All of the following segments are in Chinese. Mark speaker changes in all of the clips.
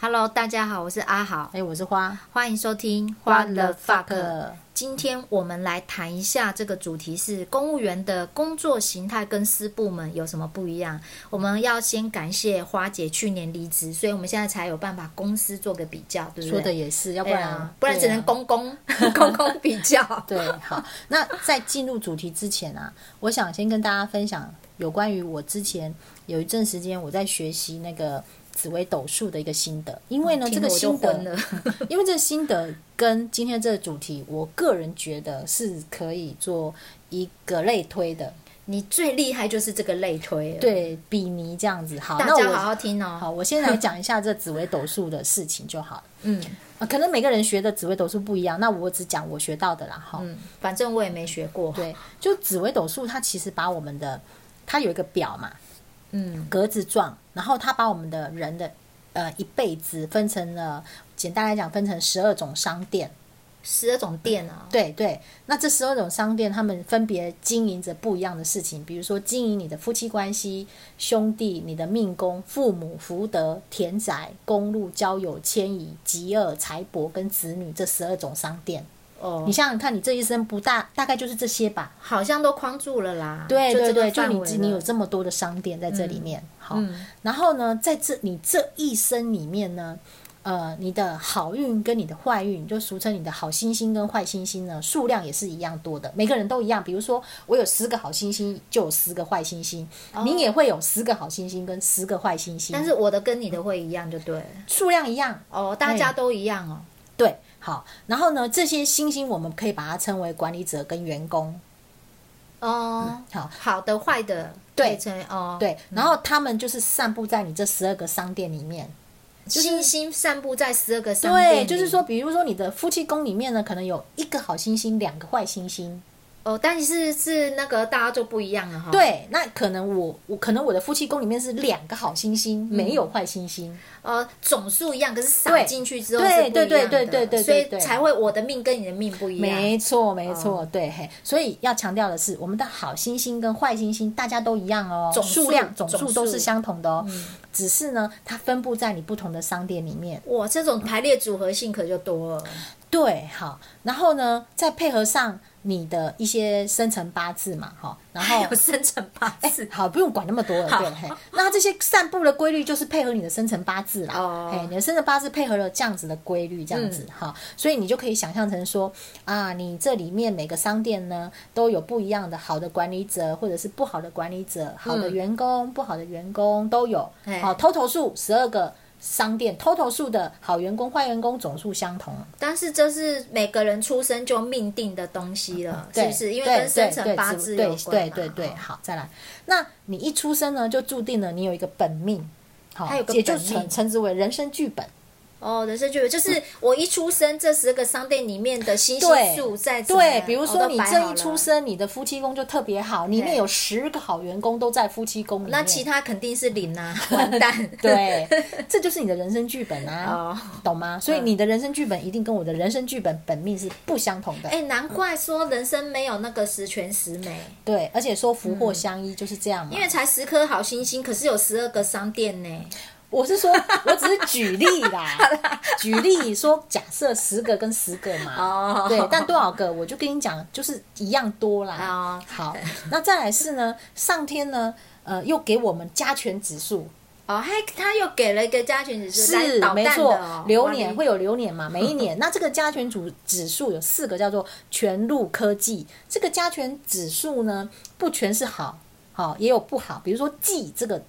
Speaker 1: Hello，大家好，我是阿豪，
Speaker 2: 哎，我是花
Speaker 1: 欢迎收听《What the Fuck》。今天我们来谈一下这个主题是公务员的工作形态跟私部门有什么不一样。我们要先感谢花姐去年离职，所以我们现在才有办法公司做个比较，对不
Speaker 2: 说
Speaker 1: 对？
Speaker 2: 的也是，要不
Speaker 1: 对
Speaker 2: 然、
Speaker 1: 啊，不然只能
Speaker 2: 公。
Speaker 1: 公 公公公比较。
Speaker 2: 对，好，那在进入主题之前啊，我想先跟大家分享有关于我之前有一阵时间我在学习那个紫微斗数的一个心得，因为呢，这
Speaker 1: 听了
Speaker 2: 个
Speaker 1: 我就
Speaker 2: 心
Speaker 1: 昏
Speaker 2: 得，
Speaker 1: 了，
Speaker 2: 因为这个心得跟今天这个主题，我个人觉得是可以做一个类推的，
Speaker 1: 你最厉害就是这个类推了。，
Speaker 2: 对比拟这样子。好，
Speaker 1: 大
Speaker 2: 那
Speaker 1: 家
Speaker 2: 我
Speaker 1: 好好听哦。
Speaker 2: 好，我先来讲一下这紫微斗数的事情就好了。
Speaker 1: 嗯
Speaker 2: 啊，可能每个人学的紫微斗数不一样，那我只讲我学到的啦，哈。
Speaker 1: 嗯，反正我也没学过。
Speaker 2: 对，就紫微斗数，它其实把我们的，它有一个表嘛，
Speaker 1: 嗯
Speaker 2: 格子状，然后它把我们的人的呃一辈子分成了，简单来讲分成十二种商店。
Speaker 1: 十二种店啊，
Speaker 2: 对对，那这十二种商店，他们分别经营着不一样的事情，比如说经营你的夫妻关系、兄弟、你的命宫、父母、福德、田宅、公路、交友、迁移、极恶、财帛跟子女这十二种商店。
Speaker 1: 哦，
Speaker 2: 你想想看，你这一生不大大概就是这些吧。
Speaker 1: 好像都框住了啦。
Speaker 2: 对
Speaker 1: 就
Speaker 2: 对
Speaker 1: 这个
Speaker 2: 对，就
Speaker 1: 范
Speaker 2: 你
Speaker 1: 围
Speaker 2: 自你
Speaker 1: 了
Speaker 2: 有这么多的商店在这里面，好，
Speaker 1: 嗯
Speaker 2: 然后呢，在这你这一生里面呢，呃，你的好运跟你的坏运，就俗称你的好星星跟坏星星呢，数量也是一样多的，每个人都一样。比如说，我有十个好星星，就有十个坏星星，你也会有十个好星星跟十个坏星星，
Speaker 1: 哦但是我的跟你的会一样就对了
Speaker 2: 数量一样，
Speaker 1: 哦，大家都一样哦。
Speaker 2: 对，好。然后呢，这些星星我们可以把它称为管理者跟员工，
Speaker 1: 哦，
Speaker 2: 嗯好。
Speaker 1: 好的坏的
Speaker 2: 对
Speaker 1: 配成哦，，
Speaker 2: 对，然后他们就是散布在你这十二个商店里面，
Speaker 1: 星星散布在十二个商店
Speaker 2: 对，
Speaker 1: 里
Speaker 2: 就是说，比如说你的夫妻宫里面呢，可能有一个好星星，两个坏星星。
Speaker 1: 哦，但是是那个大家就不一样了哈。，
Speaker 2: 对，那可能我我可能我的夫妻宫里面是两个好星星，
Speaker 1: 嗯
Speaker 2: 没有坏星星。
Speaker 1: 呃，总数一样，可是撒
Speaker 2: 对
Speaker 1: 进去之后
Speaker 2: 对
Speaker 1: 是不一
Speaker 2: 对对
Speaker 1: 样的
Speaker 2: 对对对
Speaker 1: 所以
Speaker 2: 对对
Speaker 1: 才会我的命跟你的命不一样。哦
Speaker 2: 没错，没错，对嘿。所以要强调的是，我们的好星星跟坏星星大家都一样哦，
Speaker 1: 总数
Speaker 2: 数量总
Speaker 1: 总
Speaker 2: 数都
Speaker 1: 数嗯
Speaker 2: 是相同的哦，只是呢，它分布在你不同的商店里面。
Speaker 1: 哇，这种排列组合性可就多了。
Speaker 2: 对，好，然后呢，再配合上你的一些生辰八字嘛，哈，然后哎
Speaker 1: 有生辰八字，
Speaker 2: 好，不用管那么多了，
Speaker 1: 好
Speaker 2: 对，嘿。那它这些散步的规律就是配合你的生辰八字啦，
Speaker 1: 哦嗯
Speaker 2: 嘿，你的生辰八字配合了这样子的规律，这样子哈、所以你就可以想象成说啊，你这里面每个商店呢都有不一样的好的管理者，或者是不好的管理者，好的员工、不好的员工都有
Speaker 1: 嘿，
Speaker 2: 好偷头数十二个。商店偷头数的好员工、坏员工总数相同，
Speaker 1: 但是这是每个人出生就命定的东西了，是
Speaker 2: 啊对
Speaker 1: 不是？因为
Speaker 2: 对
Speaker 1: 跟生
Speaker 2: 对
Speaker 1: 辰
Speaker 2: 对
Speaker 1: 八
Speaker 2: 只
Speaker 1: 字
Speaker 2: 对
Speaker 1: 有关
Speaker 2: 对
Speaker 1: 嘛
Speaker 2: 对对，
Speaker 1: 哦
Speaker 2: 好，再来。那你一出生呢，就注定了你有一个本命，好
Speaker 1: 它有，个
Speaker 2: 也就
Speaker 1: 本命
Speaker 2: 称称之为人生剧本。
Speaker 1: 哦，人生剧本就是我一出生，这十个商店里面的星星
Speaker 2: 对
Speaker 1: 数在怎么
Speaker 2: 对，比如
Speaker 1: 哦
Speaker 2: 说
Speaker 1: 都
Speaker 2: 你
Speaker 1: 摆
Speaker 2: 这
Speaker 1: 好
Speaker 2: 一
Speaker 1: 了
Speaker 2: 出生，你的夫妻宫就特别好，里面有十个好员工都在夫妻宫里面。
Speaker 1: 那其他肯定是零 啊，完蛋。
Speaker 2: 对，这就是你的人生剧本啊，
Speaker 1: 哦，
Speaker 2: 懂吗？所以你的人生剧本一定跟我的人生剧本本命是不相同的。
Speaker 1: 哎，难怪说人生没有那个十全十美，
Speaker 2: 对，而且说福
Speaker 1: 嗯
Speaker 2: 祸相依就是这样嘛。
Speaker 1: 因为才十颗好星星，可是有十二个商店呢。
Speaker 2: 我是说， 我只是举例啦，举例说，假设十个跟十个嘛，
Speaker 1: 哦
Speaker 2: 对，但多少个我就跟你讲，就是一样多啦。
Speaker 1: 哦
Speaker 2: 好，那再来是呢，上天呢，呃，又给我们加权指数，
Speaker 1: 哦，还他又给了一个加权指数，来
Speaker 2: 是
Speaker 1: 捣
Speaker 2: 没
Speaker 1: 蛋的
Speaker 2: 错
Speaker 1: 哦，
Speaker 2: 流
Speaker 1: 哇
Speaker 2: 年
Speaker 1: 你
Speaker 2: 会有流年嘛，每一年。那这个加权主指数有四个，叫做全路科技。这个加权指数呢，不全是好，好也有不好，比如说忌这个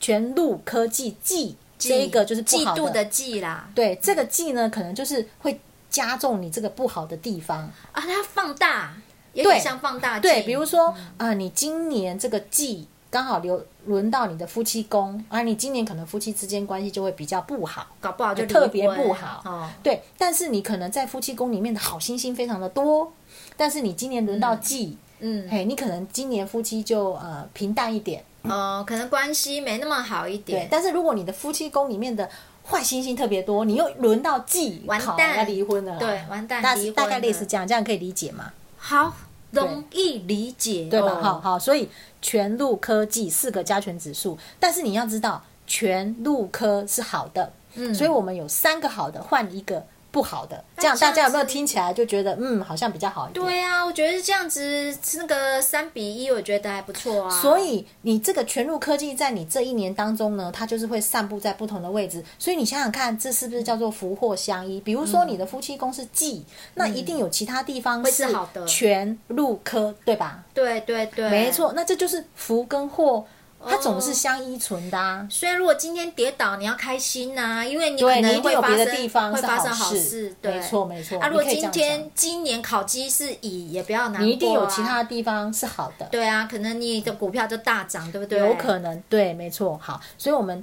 Speaker 2: 全路科技忌。这一个就是不
Speaker 1: 嫉
Speaker 2: 好
Speaker 1: 妒的嫉啦，
Speaker 2: 对，这个忌呢，可能就是会加重你这个不好的地方。
Speaker 1: 啊，它放大，有点
Speaker 2: 对
Speaker 1: 像放大
Speaker 2: 对，
Speaker 1: 镜
Speaker 2: 比如说啊、
Speaker 1: 嗯
Speaker 2: 呃你今年这个忌刚好流轮到你的夫妻宫啊，你今年可能夫妻之间关系就会比较不好。
Speaker 1: 搞不好哦就离
Speaker 2: 特别
Speaker 1: 婚
Speaker 2: 不好
Speaker 1: 哦。
Speaker 2: 对，但是你可能在夫妻宫里面的好星星非常的多，但是你今年轮到忌，
Speaker 1: 嗯，
Speaker 2: 嘿，你可能今年夫妻就呃平淡一点。
Speaker 1: 哦，可能关系没那么好一
Speaker 2: 对
Speaker 1: 点，，
Speaker 2: 但是如果你的夫妻宫里面的坏星星特别多，你又轮到忌，
Speaker 1: 完
Speaker 2: 靠
Speaker 1: 蛋
Speaker 2: 要离婚了啦，
Speaker 1: 对完蛋
Speaker 2: 大
Speaker 1: 离婚
Speaker 2: 大概类似
Speaker 1: 了
Speaker 2: 这样，这样可以理解吗？
Speaker 1: 好容易理解，
Speaker 2: 对吧？
Speaker 1: 哦
Speaker 2: 好好，所以全路科技四个加权指数，但是你要知道，全路科是好的，
Speaker 1: 嗯
Speaker 2: 所以我们有三个好的换一个不好的，这样
Speaker 1: 这
Speaker 2: 大
Speaker 1: 样
Speaker 2: 家有没有
Speaker 1: 子
Speaker 2: 听起来就觉得嗯好像比较好一点？
Speaker 1: 对啊，我觉得这样子那个三比一，我觉得还不错啊。
Speaker 2: 所以你这个全路科技在你这一年当中呢，它就是会散布在不同的位置。所以你想想看，这是不是叫做福祸相依？比如说你的夫妻宫是忌，那一定有其他地方
Speaker 1: 会是
Speaker 2: 嗯是
Speaker 1: 好的
Speaker 2: 全路科，对吧？
Speaker 1: 对对对，
Speaker 2: 没。错，那这就是福跟祸，它总是相依存的啊。
Speaker 1: 所以如果今天跌倒，你要开心呐、因为你
Speaker 2: 对
Speaker 1: 可
Speaker 2: 你
Speaker 1: 能
Speaker 2: 一定
Speaker 1: 会
Speaker 2: 有
Speaker 1: 发
Speaker 2: 别
Speaker 1: 生
Speaker 2: 的地方
Speaker 1: 会
Speaker 2: 是
Speaker 1: 发生
Speaker 2: 好
Speaker 1: 好
Speaker 2: 事
Speaker 1: 对，
Speaker 2: 没错没错
Speaker 1: 啊，如果
Speaker 2: 你可以这
Speaker 1: 今
Speaker 2: 样
Speaker 1: 天
Speaker 2: 想
Speaker 1: 今年考绩是乙，也不要难、啊，
Speaker 2: 你一定有其他的地方是好的。
Speaker 1: 对啊，可能你的股票就大涨，对不对？
Speaker 2: 有可能，对，没错。好，所以我们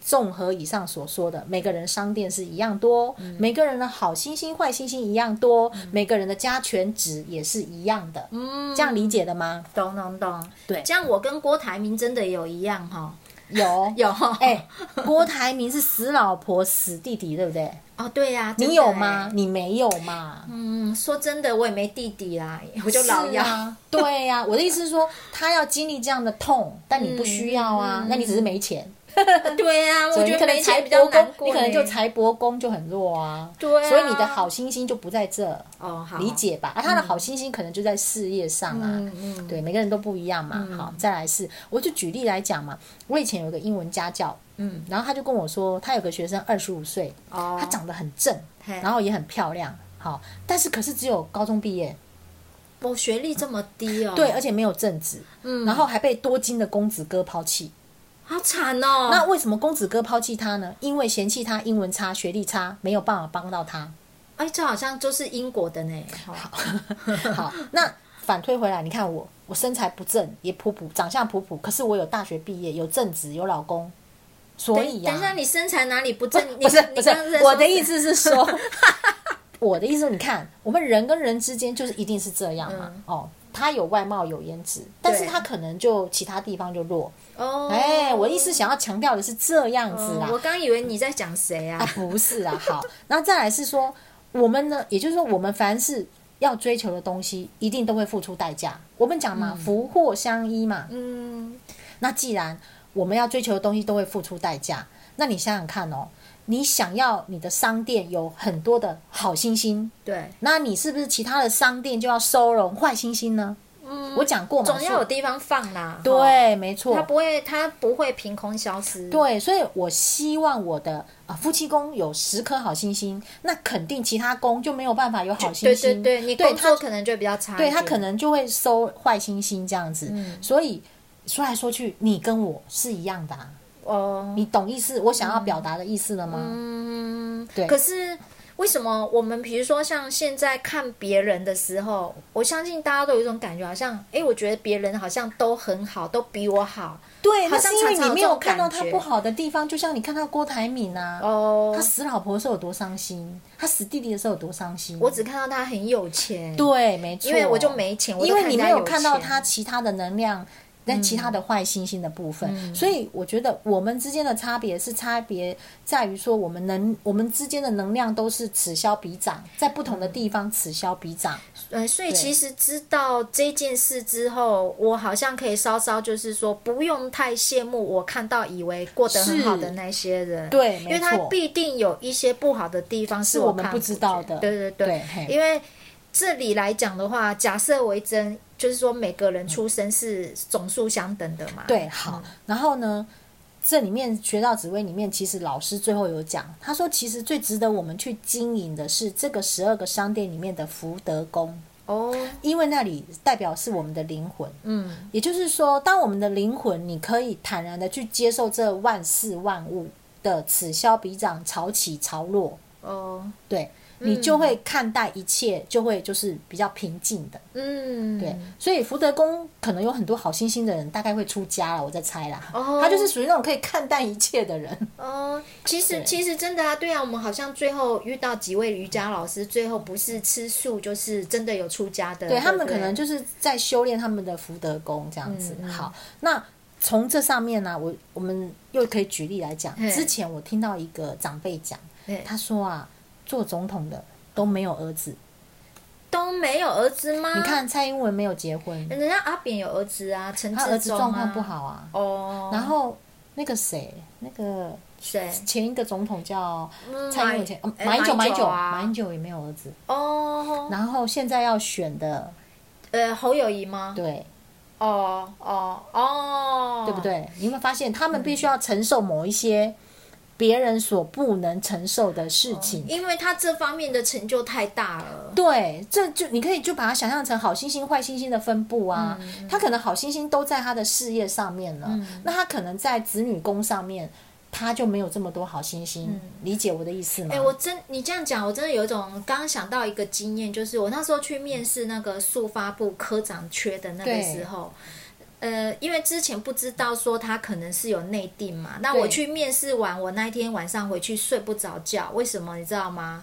Speaker 2: 综合以上所说的，每个人商店是一样多，
Speaker 1: 嗯
Speaker 2: 每个人的好星星、坏星星一样多，每个人的加权值也是一样的。
Speaker 1: 嗯，
Speaker 2: 这样理解的吗？
Speaker 1: 懂懂懂，
Speaker 2: 对
Speaker 1: 这样我跟郭台铭真的有一样哈、。
Speaker 2: 有
Speaker 1: 有哈
Speaker 2: 哎、郭台铭是死老婆死弟弟，对不对？
Speaker 1: 哦，对呀、真的
Speaker 2: 你有吗
Speaker 1: 哎？？
Speaker 2: 你没有嘛？
Speaker 1: 嗯，说真的，我也没弟弟啦，我就老
Speaker 2: 是
Speaker 1: 幺。
Speaker 2: 啊，对呀、我的意思是说，他要经历这样的痛，但你不需要啊，
Speaker 1: 嗯嗯
Speaker 2: 那你只是没钱。
Speaker 1: 对啊，我
Speaker 2: 所以
Speaker 1: 觉
Speaker 2: 你
Speaker 1: 得
Speaker 2: 可能
Speaker 1: 没
Speaker 2: 财
Speaker 1: 钱比较
Speaker 2: 帛
Speaker 1: 难
Speaker 2: 宫，
Speaker 1: 过
Speaker 2: 你可能就
Speaker 1: 欸
Speaker 2: 财帛宫就很弱啊。
Speaker 1: 对啊
Speaker 2: 所以你的好星星就不在这，
Speaker 1: 哦，好
Speaker 2: 理解吧？啊，他的好星星可能就在事业上啊。
Speaker 1: 嗯嗯
Speaker 2: 对，每个人都不一样嘛。好，再来是，我就举例来讲嘛。我以前有个英文家教，
Speaker 1: 嗯
Speaker 2: 然后他就跟我说，他有个学生二十五岁，
Speaker 1: 哦，
Speaker 2: 他长得很正，
Speaker 1: 嘿
Speaker 2: 然后也很漂亮，好，但是可是只有高中毕业，
Speaker 1: 我哦学历这么低哦，
Speaker 2: 对，而且没有正职，
Speaker 1: 嗯
Speaker 2: 然后还被多金的公子哥抛弃。
Speaker 1: 好惨哦。
Speaker 2: 那为什么公子哥抛弃他呢？因为嫌弃他英文差、学历差，没有办法帮到他。
Speaker 1: 哎，这好像就是英国的呢。好，
Speaker 2: 好，那反推回来，你看我，我身材不正，也普普，长相普普，可是我有大学毕业，有正职，有老公，所
Speaker 1: 等
Speaker 2: 以呀、
Speaker 1: 等一下，你身材哪里不正？你
Speaker 2: 不是
Speaker 1: 你
Speaker 2: 不是
Speaker 1: 刚刚在，说
Speaker 2: 我的意
Speaker 1: 谁，
Speaker 2: 思是说， 我的意思，你看，我们人跟人之间就是一定是这样嘛，
Speaker 1: 嗯
Speaker 2: 哦。他有外貌有颜值，但是
Speaker 1: 对
Speaker 2: 他可能就其他地方就弱。
Speaker 1: 哦，
Speaker 2: 哎、我的意思想要强调的是这样子啦。
Speaker 1: 哦我刚以为你在讲谁啊
Speaker 2: 啊？，不是啊， 好，那再来是说，我们呢，也就是说，我们凡是要追求的东西，一定都会付出代价。我们讲嘛，福祸相依嘛。
Speaker 1: 嗯，
Speaker 2: 那既然我们要追求的东西都会付出代价，那你想想看哦，你想要你的商店有很多的好星星，
Speaker 1: 对，
Speaker 2: 那你是不是其他的商店就要收容坏星星呢？
Speaker 1: 嗯，
Speaker 2: 我讲过嘛，
Speaker 1: 总要有
Speaker 2: 所以
Speaker 1: 地方放啦。哦，
Speaker 2: 对，没错，
Speaker 1: 它不会，它不会凭空消失。，
Speaker 2: 对，所以我希望我的啊夫妻宫有十颗好星星，那肯定其他宫就没有办法有好星
Speaker 1: 对对
Speaker 2: 星。
Speaker 1: 对，你
Speaker 2: 对
Speaker 1: 工
Speaker 2: 他
Speaker 1: 作，可能就比较差一
Speaker 2: 对
Speaker 1: 点。
Speaker 2: 他可能就会收坏星星这样子。
Speaker 1: 嗯
Speaker 2: 所以说来说去，你跟我是一样的、啊，
Speaker 1: 哦，
Speaker 2: 你懂意思？我想要表达的意思了吗？
Speaker 1: 嗯，
Speaker 2: 对
Speaker 1: 可是为什么我们比如说像现在看别人的时候，我相信大家都有一种感觉，好像诶，我觉得别人好像都很好，都比我好
Speaker 2: 对，
Speaker 1: 好
Speaker 2: 那
Speaker 1: 像
Speaker 2: 是因为
Speaker 1: 常常
Speaker 2: 你
Speaker 1: 有
Speaker 2: 没
Speaker 1: 这
Speaker 2: 有
Speaker 1: 种
Speaker 2: 看到
Speaker 1: 感
Speaker 2: 他
Speaker 1: 觉
Speaker 2: 不好的地方，就像你看到郭台铭啊，
Speaker 1: 哦
Speaker 2: 他。死老婆的时候有多伤心，他死弟弟的时候有多伤心。
Speaker 1: 我只看到他很有钱，
Speaker 2: 对，没错，
Speaker 1: 因为我就没钱，我就
Speaker 2: 因为
Speaker 1: 看
Speaker 2: 你
Speaker 1: 人
Speaker 2: 没
Speaker 1: 家
Speaker 2: 有看到
Speaker 1: 钱嗯
Speaker 2: 他其他的能量，那其他的坏星星的部分，所以我觉得我们之间的差别是差别在于说，我们能我们之间的能量都是此消彼长，在不同的
Speaker 1: 嗯
Speaker 2: 地方此消彼长。
Speaker 1: 呃，所以
Speaker 2: 对
Speaker 1: 其实知道这件事之后，我好像可以稍稍就是说，不用太羡慕我看到以为过得很
Speaker 2: 是
Speaker 1: 好的那些人，
Speaker 2: 对
Speaker 1: 因
Speaker 2: 没
Speaker 1: 为他
Speaker 2: 错
Speaker 1: 必定有一些不好的地方
Speaker 2: 是
Speaker 1: 我
Speaker 2: 我们
Speaker 1: 看
Speaker 2: 不知道
Speaker 1: 见
Speaker 2: 的
Speaker 1: 对对
Speaker 2: 对嘿
Speaker 1: 因为这里来讲的话，假设为真，就是说每个人出生是总数相等的嘛，
Speaker 2: 嗯对，好，
Speaker 1: 嗯
Speaker 2: 然后呢？这里面学到紫薇里面，其实老师最后有讲，他说其实最值得我们去经营的是这个十二个商店里面的福德宫，
Speaker 1: 哦，
Speaker 2: 因为那里代表是我们的灵魂。
Speaker 1: 嗯，
Speaker 2: 也就是说，当我们的灵魂，你可以坦然的去接受这万事万物的此消彼长、潮起潮落，
Speaker 1: 哦，
Speaker 2: 对你就会看待一切，就会就是比较平静的。
Speaker 1: 嗯，
Speaker 2: 对，所以福德宫可能有很多好星星的人，大概会出家了，我在猜啦。
Speaker 1: 哦
Speaker 2: 他就是属于那种可以看淡一切的人。
Speaker 1: 哦，其实
Speaker 2: 对
Speaker 1: 其实真的啊，对啊，我们好像最后遇到几位瑜伽老师，最后不是吃素，就是真的有出家的。
Speaker 2: 对
Speaker 1: 对
Speaker 2: 他们
Speaker 1: 不对
Speaker 2: 可能就是在修炼他们的福德宫这样子。
Speaker 1: 嗯嗯
Speaker 2: 好，那从这上面呢、我我们又可以举例来讲
Speaker 1: 嘿。
Speaker 2: 之前我听到一个长辈讲
Speaker 1: 嘿，
Speaker 2: 他说啊，做总统的都没有儿子。
Speaker 1: 都没有儿子吗？
Speaker 2: 你，看蔡英文没有结婚，
Speaker 1: 人家阿扁有儿子啊，陈
Speaker 2: 他儿
Speaker 1: 志
Speaker 2: 子
Speaker 1: 忠啊
Speaker 2: 状况不好啊。
Speaker 1: 哦，
Speaker 2: 然后那个谁，那个
Speaker 1: 谁？
Speaker 2: 前一个总统叫
Speaker 1: 嗯
Speaker 2: 蔡英文前，哦
Speaker 1: 哎
Speaker 2: 马英九，马英九，
Speaker 1: 啊
Speaker 2: 马英九也没有儿子。
Speaker 1: 哦，
Speaker 2: 然后现在要选的，
Speaker 1: 呃，侯友谊吗？
Speaker 2: 对
Speaker 1: 哦哦哦，
Speaker 2: 对不？对？你有没有发现他们必须要承受某一些别人所不能承受的事情？
Speaker 1: 因为他这方面的成就太大了。
Speaker 2: 对，这就你可以就把它想象成好星星、坏星星的分布啊。他可能好星星都在他的事业上面了，那他可能在子女宫上面，他就没有这么多好星星。理解我的意思吗？
Speaker 1: 哎、我真你这样讲，我真的有一种刚刚想到一个经验，就是我那时候去面试那个速发部科长缺的那个
Speaker 2: 对
Speaker 1: 时候，呃，因为之前不知道说他可能是有内定嘛，那
Speaker 2: 对
Speaker 1: 我去面试完，我那一天晚上回去睡不着觉，为什么你知道吗？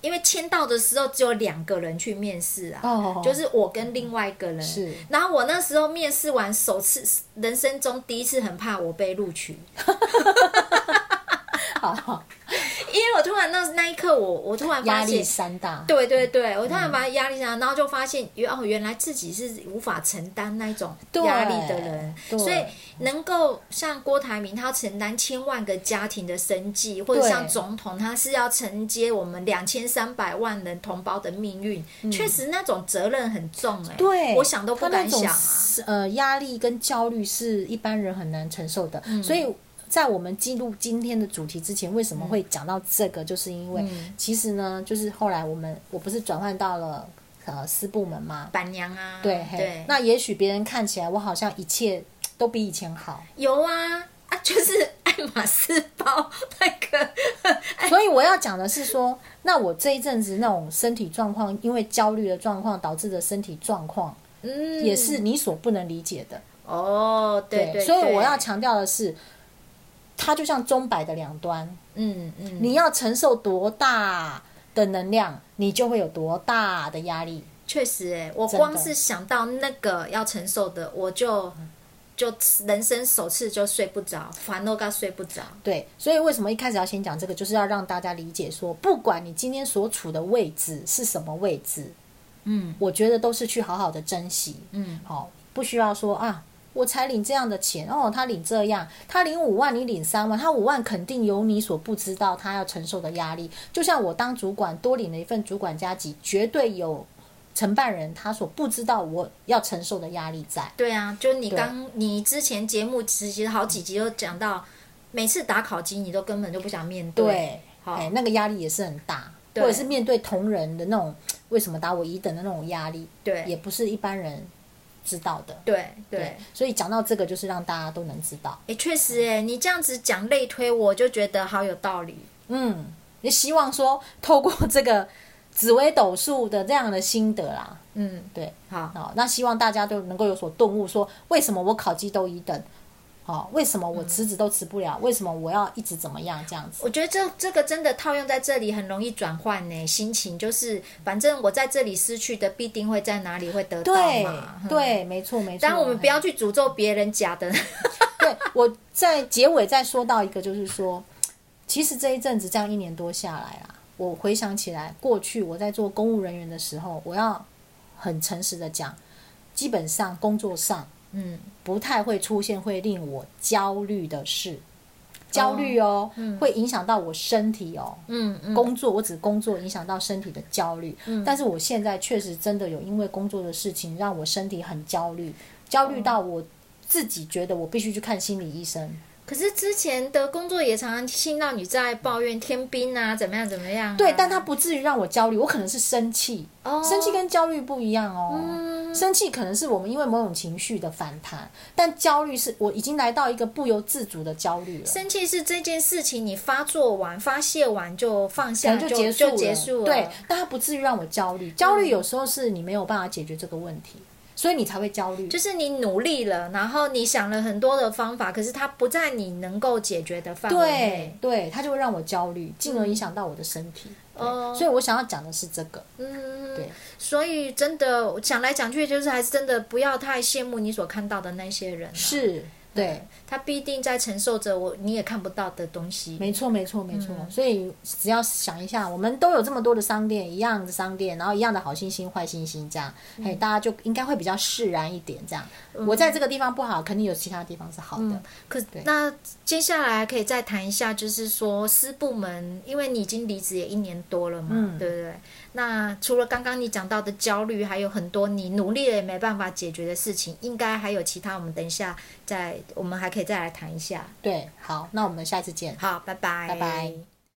Speaker 1: 因为签到的时候只有两个人去面试啊，
Speaker 2: 哦
Speaker 1: 就是我跟另外一个人。
Speaker 2: 是
Speaker 1: 然后我那时候面试完，首次人生中第一次很怕我被录取，
Speaker 2: 好
Speaker 1: 因为我突然那那一刻我我突然
Speaker 2: 压
Speaker 1: 发
Speaker 2: 力
Speaker 1: 现，
Speaker 2: 山大。
Speaker 1: 对对对，我突
Speaker 2: 嗯
Speaker 1: 然把压力上，然后就发现原哦，原来自己是无法承担那种
Speaker 2: 对
Speaker 1: 压力的人，
Speaker 2: 对
Speaker 1: 所以能够像郭台铭，他要承担千万个家庭的生计，或者
Speaker 2: 对
Speaker 1: 像总统，他是要承接我们两千三百万人同胞的命运，确实那种责任很重哎、
Speaker 2: 嗯对，
Speaker 1: 我想都不敢想啊
Speaker 2: 他那种，是呃，压力跟焦虑是一般人很难承受的，所以。在我们进入今天的主题之前，为什么会讲到这个？就是因为、
Speaker 1: 嗯
Speaker 2: 其实呢，就是后来我们我不是转换到了呃私部门嘛，
Speaker 1: 板娘啊，
Speaker 2: 对嘿
Speaker 1: 对，
Speaker 2: 那也许别人看起来我好像一切都比以前好，
Speaker 1: 有啊啊，就是爱马仕包那 个，
Speaker 2: 所以我要讲的是说，那我这一阵子那种身体状况，因为焦虑的状况导致的身体状况，
Speaker 1: 嗯，
Speaker 2: 也是你所不能理解的。
Speaker 1: 哦，对对，
Speaker 2: 所以我要
Speaker 1: 对
Speaker 2: 强调的是，它就像钟摆的两端，
Speaker 1: 嗯嗯，
Speaker 2: 你要承受多大的能量，你就会有多大的压力。
Speaker 1: 确实、欸，我
Speaker 2: 真的
Speaker 1: 光是想到那个要承受的，我就就人生首次就睡不着，烦都该睡不着。
Speaker 2: 对，所以为什么一开始要先讲这个，就是要让大家理解说，不管你今天所处的位置是什么位置，
Speaker 1: 嗯
Speaker 2: 我觉得都是去好好的珍惜。
Speaker 1: 嗯，
Speaker 2: 好、不需要说啊，我才领这样的钱哦，他领这样，他领五万，你领三万，他五万肯定有你所不知道他要承受的压力。就像我当主管多领了一份主管加级，绝对有承办人他所不知道我要承受的压力在。
Speaker 1: 对啊，就你
Speaker 2: 对
Speaker 1: 刚你之前节目其实好几集都讲到，每次打考机你都根本就不想面对。
Speaker 2: 对，
Speaker 1: 好
Speaker 2: 哎，那个压力也是很大，或
Speaker 1: 对
Speaker 2: 者是面对同仁的那种为什么打我乙等的那种压力，
Speaker 1: 对
Speaker 2: 也不是一般人知道的。
Speaker 1: 对对，
Speaker 2: 对
Speaker 1: 哎、，
Speaker 2: 所以讲到这个，就是让大家都能知道。
Speaker 1: 确实、欸，哎，你这样子讲类推，我就觉得好有道理。
Speaker 2: 嗯，也希望说透过这个紫微斗数的这样的心得啦，
Speaker 1: 嗯，
Speaker 2: 对，
Speaker 1: 好，
Speaker 2: 好，那希望大家都能够有所顿悟，说为什么我考绩都一等，好，为什么我辞职都辞不了，为什么我要一直怎么样这样子？
Speaker 1: 我觉得这这个真的套用在这里很容易转换呢，心情就是反正我在这里失去的必定会在哪里会得到
Speaker 2: 对
Speaker 1: 嘛。嗯，
Speaker 2: 对，没错没错。
Speaker 1: 当然我们不要去诅咒别人假的。
Speaker 2: 对 我在结尾再说到一个，就是说，其实这一阵子这样一年多下来啦，我回想起来，过去我在做公务人员的时候，我要很诚实的讲，基本上工作上。
Speaker 1: 嗯，
Speaker 2: 不太会出现会令我焦虑的事，焦虑哦，会影响到我身体哦。
Speaker 1: 嗯嗯，
Speaker 2: 工作，我只工作影响到身体的焦虑，但是我现在确实真的有因为工作的事情让我身体很焦虑，焦
Speaker 1: 哦
Speaker 2: 虑到我自己觉得我必须去看心理医生。
Speaker 1: 可是之前的工作也常常听到你在抱怨天兵啊，怎么样怎么样啊、
Speaker 2: 对，但它不至于让我焦虑，我可能是生气，
Speaker 1: 哦嗯
Speaker 2: 生气跟焦虑不一样哦。生气可能是我们因为某种情绪的反弹，但焦虑是我已经来到一个不由自主的焦虑了。
Speaker 1: 生气是这件事情你发作完、发泄完就放
Speaker 2: 可
Speaker 1: 下，
Speaker 2: 能就
Speaker 1: 就
Speaker 2: 结束了，
Speaker 1: 结束了。嗯
Speaker 2: 对，但它不至于让我焦虑。焦虑有时候是你没有办法解决这个问题，所以你才会焦虑。
Speaker 1: 就是你努力了，然后你想了很多的方法，可是它不在你能够解决的范围
Speaker 2: 对
Speaker 1: 内。
Speaker 2: 对，它就会让我焦虑，进而影响到我的身体。对
Speaker 1: 哦
Speaker 2: 所以我想要讲的是这个。
Speaker 1: 嗯，
Speaker 2: 对
Speaker 1: 所以真的讲来讲去，就是还是真的不要太羡慕你所看到的那些人啊、
Speaker 2: 是，对，
Speaker 1: 他必定在承受着我你也看不到的东西。
Speaker 2: 没错，没错，没错。嗯所以只要想一下，我们都有这么多的商店，一样的商店，然后一样的好星星、坏星星，这样，嘿、大家就应该会比较释然一点。这样，我在这个地方不好，肯定有其他地方是好的。
Speaker 1: 可是
Speaker 2: 对
Speaker 1: 那接下来可以再谈一下，就是说私部门，因为你已经离职也一年多了嘛，
Speaker 2: 嗯
Speaker 1: 对不对？那除了刚刚你讲到的焦虑，还有很多你努力了也没办法解决的事情，应该还有其他，我们等一下再，我们还可以再来谈一下。
Speaker 2: 对，好，那我们下次见。
Speaker 1: 好，拜拜，
Speaker 2: 拜拜。